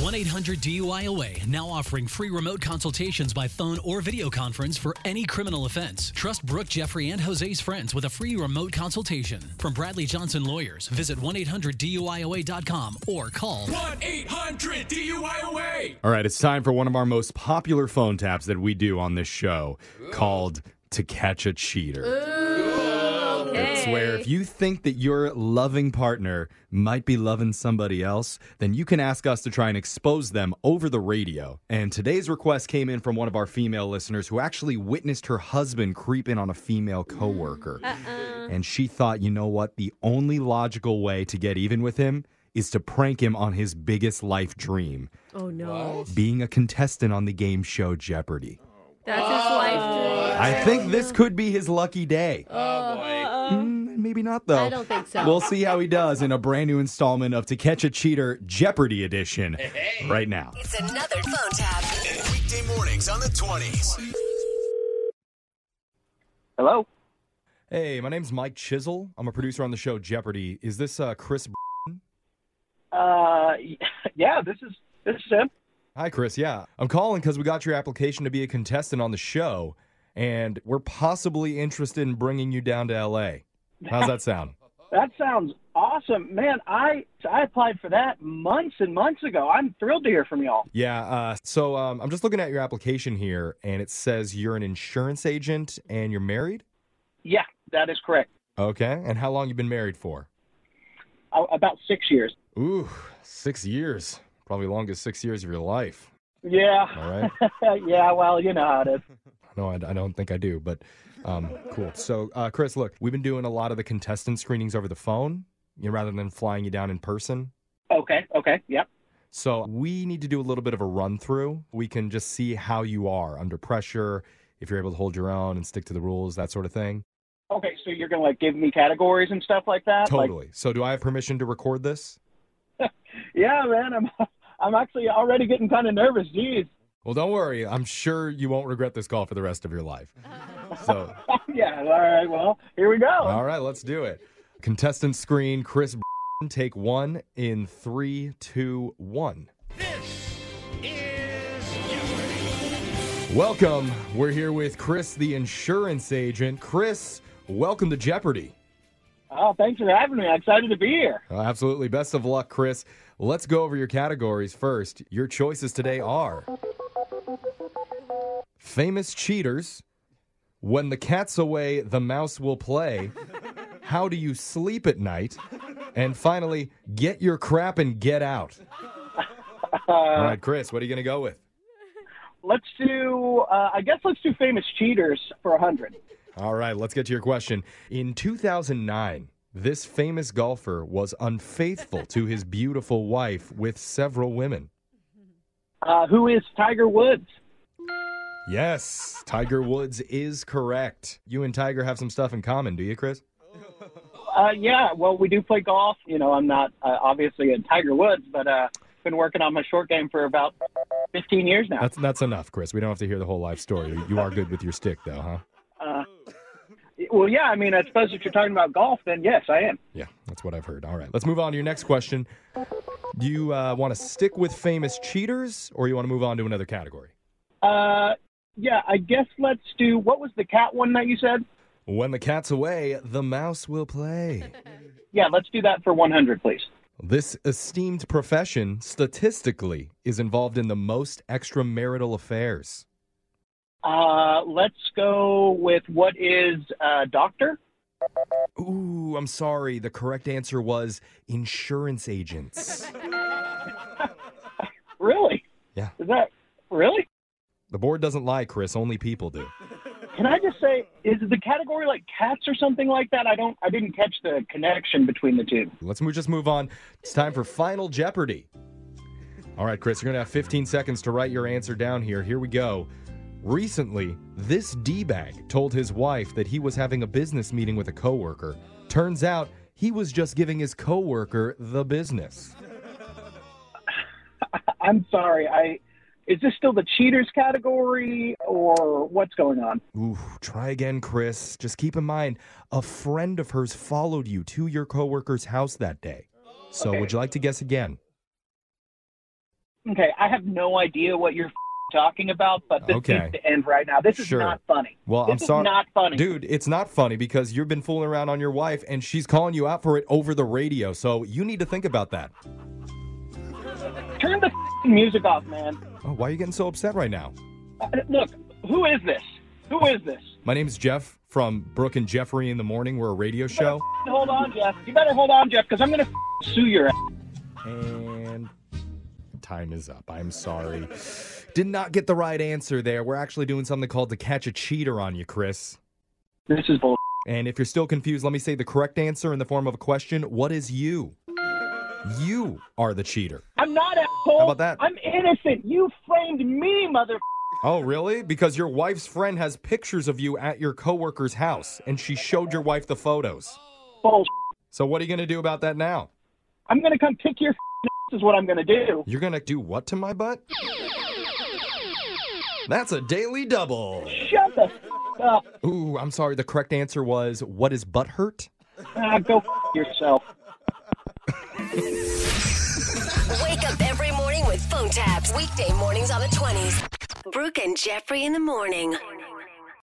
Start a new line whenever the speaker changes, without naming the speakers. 1 800 DUIOA now offering free remote consultations by phone or video conference for any criminal offense. Trust Brooke, Jeffrey, and Jose's friends with a free remote consultation. From Bradley Johnson Lawyers, visit 1 800 DUIOA.com or call
1 800 DUIOA.
All right, it's time for one of our most popular phone taps that we do on this show called To Catch a Cheater. It's where if you think that your loving partner might be loving somebody else, then you can ask us to try and expose them over the radio. And today's request came in from one of our female listeners who actually witnessed her husband creep in on a female coworker. And she thought, you know what? The only logical way to get even with him is to prank him on his biggest life dream,
Oh no.
being a contestant on the game show Jeopardy.
That's his life dream.
I think this could be his lucky day.
Oh, boy.
Mm, maybe not, though.
I don't think so.
We'll see how he does in a brand new installment of To Catch a Cheater Jeopardy Edition right now.
It's another phone tap.
Weekday mornings on the 20s.
Hello?
Hey, my name's Mike Chisel. I'm a producer on the show Jeopardy. Is this uh, Chris? B-
Uh, yeah, this is this is him.
Hi, Chris. Yeah. I'm calling because we got your application to be a contestant on the show, and we're possibly interested in bringing you down to LA. How's that sound?
That sounds awesome, man. I I applied for that months and months ago. I'm thrilled to hear from y'all.
Yeah. Uh, so um, I'm just looking at your application here, and it says you're an insurance agent and you're married.
Yeah, that is correct.
Okay. And how long you been married for?
A- Uh, about six years.
Ooh, six years. Probably longest six years of your life.
Yeah.
All right.
yeah. Well, you know how it is.
no, I, I don't think I do, but um, cool. So, uh, Chris, look, we've been doing a lot of the contestant screenings over the phone you know, rather than flying you down in person.
Okay. Okay. Yep.
So, we need to do a little bit of a run through. We can just see how you are under pressure, if you're able to hold your own and stick to the rules, that sort of thing.
Okay. So you're gonna like give me categories and stuff like that? Like,
Totally. So, do I have permission to record this?
yeah, man. I'm I'm actually already getting kind of nervous. Jeez.
Well, don't worry. I'm sure you won't regret this call for the rest of your life. So,
yeah. All right. Well, here we go.
All right, let's do it. Contestant screen, Chris, take one in three, two, one. Welcome. We're here with Chris, the insurance agent. Chris, welcome to Jeopardy.
Oh, thanks for having me. I'm excited to be here.
Uh, absolutely. Best of luck, Chris. Let's go over your categories first. Your choices today are famous cheaters, when the cat's away, the mouse will play, how do you sleep at night, and finally, get your crap and get out. All right, Chris, what are you going to go with?
Let's do. Uh, I guess let's do famous cheaters for a hundred.
All right, let's get to your question. In 2009, this famous golfer was unfaithful to his beautiful wife with several women.
Uh, who is Tiger Woods?
Yes, Tiger Woods is correct. You and Tiger have some stuff in common, do you, Chris?
Uh, yeah, well, we do play golf. You know, I'm not uh, obviously a Tiger Woods, but uh, been working on my short game for about 15 years now.
That's that's enough, Chris. We don't have to hear the whole life story. You are good with your stick, though, huh?
well, yeah, I mean, I suppose if you're talking about golf, then yes, I am.
Yeah, that's what I've heard. All right, let's move on to your next question. Do you uh, want to stick with famous cheaters, or you want to move on to another category?
Uh, yeah, I guess let's do. What was the cat one that you said?
When the cat's away, the mouse will play.
Yeah, let's do that for 100, please.
This esteemed profession statistically is involved in the most extramarital affairs.
Uh, let's go with what is uh, doctor?
Ooh, I'm sorry. The correct answer was insurance agents.
Really?
Yeah.
Is that really?
the board doesn't lie, Chris. Only people do.
Can I just say, is the category like cats or something like that? I don't, I didn't catch the connection between the two.
Let's move, just move on. It's time for Final Jeopardy. All right, Chris, you're going to have 15 seconds to write your answer down here. Here we go. Recently, this D bag told his wife that he was having a business meeting with a coworker. Turns out he was just giving his coworker the business.
I'm sorry. I is this still the cheaters category or what's going on?
Ooh, try again, Chris. Just keep in mind, a friend of hers followed you to your coworker's house that day. So, would you like to guess again?
okay, I have no idea what you're talking about, but this
Okay.
needs to end right now. This is
Sure.
not funny.
Well,
this
I'm sorry.
Is not funny.
Dude, it's not funny because you've been fooling around on your wife and she's calling you out for it over the radio. So you need to think about that.
Turn the music off, man.
Oh, why are you getting so upset right now?
Uh, Look, who is this? Who is this?
My name's Jeff from Brooke and Jeffrey in the Morning. We're a radio show.
Hold on, Jeff. You better hold on, Jeff, because I'm going to sue your ass.
And time is up. I'm sorry. Did not get the right answer there. We're actually doing something called to catch a cheater on you, Chris.
This is bull.
And if you're still confused, let me say the correct answer in the form of a question. What is you? You are the cheater.
I'm not asshole.
How about that?
I'm innocent. You framed me, mother.
Oh, really? Because your wife's friend has pictures of you at your coworker's house and she showed your wife the photos.
Bull.
So what are you going to do about that now?
I'm going to come kick your ass is what I'm going to do.
You're going to do what to my butt? That's a daily double.
Shut the up.
Ooh, I'm sorry. The correct answer was what is butt hurt?
Ah, go yourself.
Wake up every morning with phone taps. Weekday mornings on the 20s. Brooke and Jeffrey in the morning.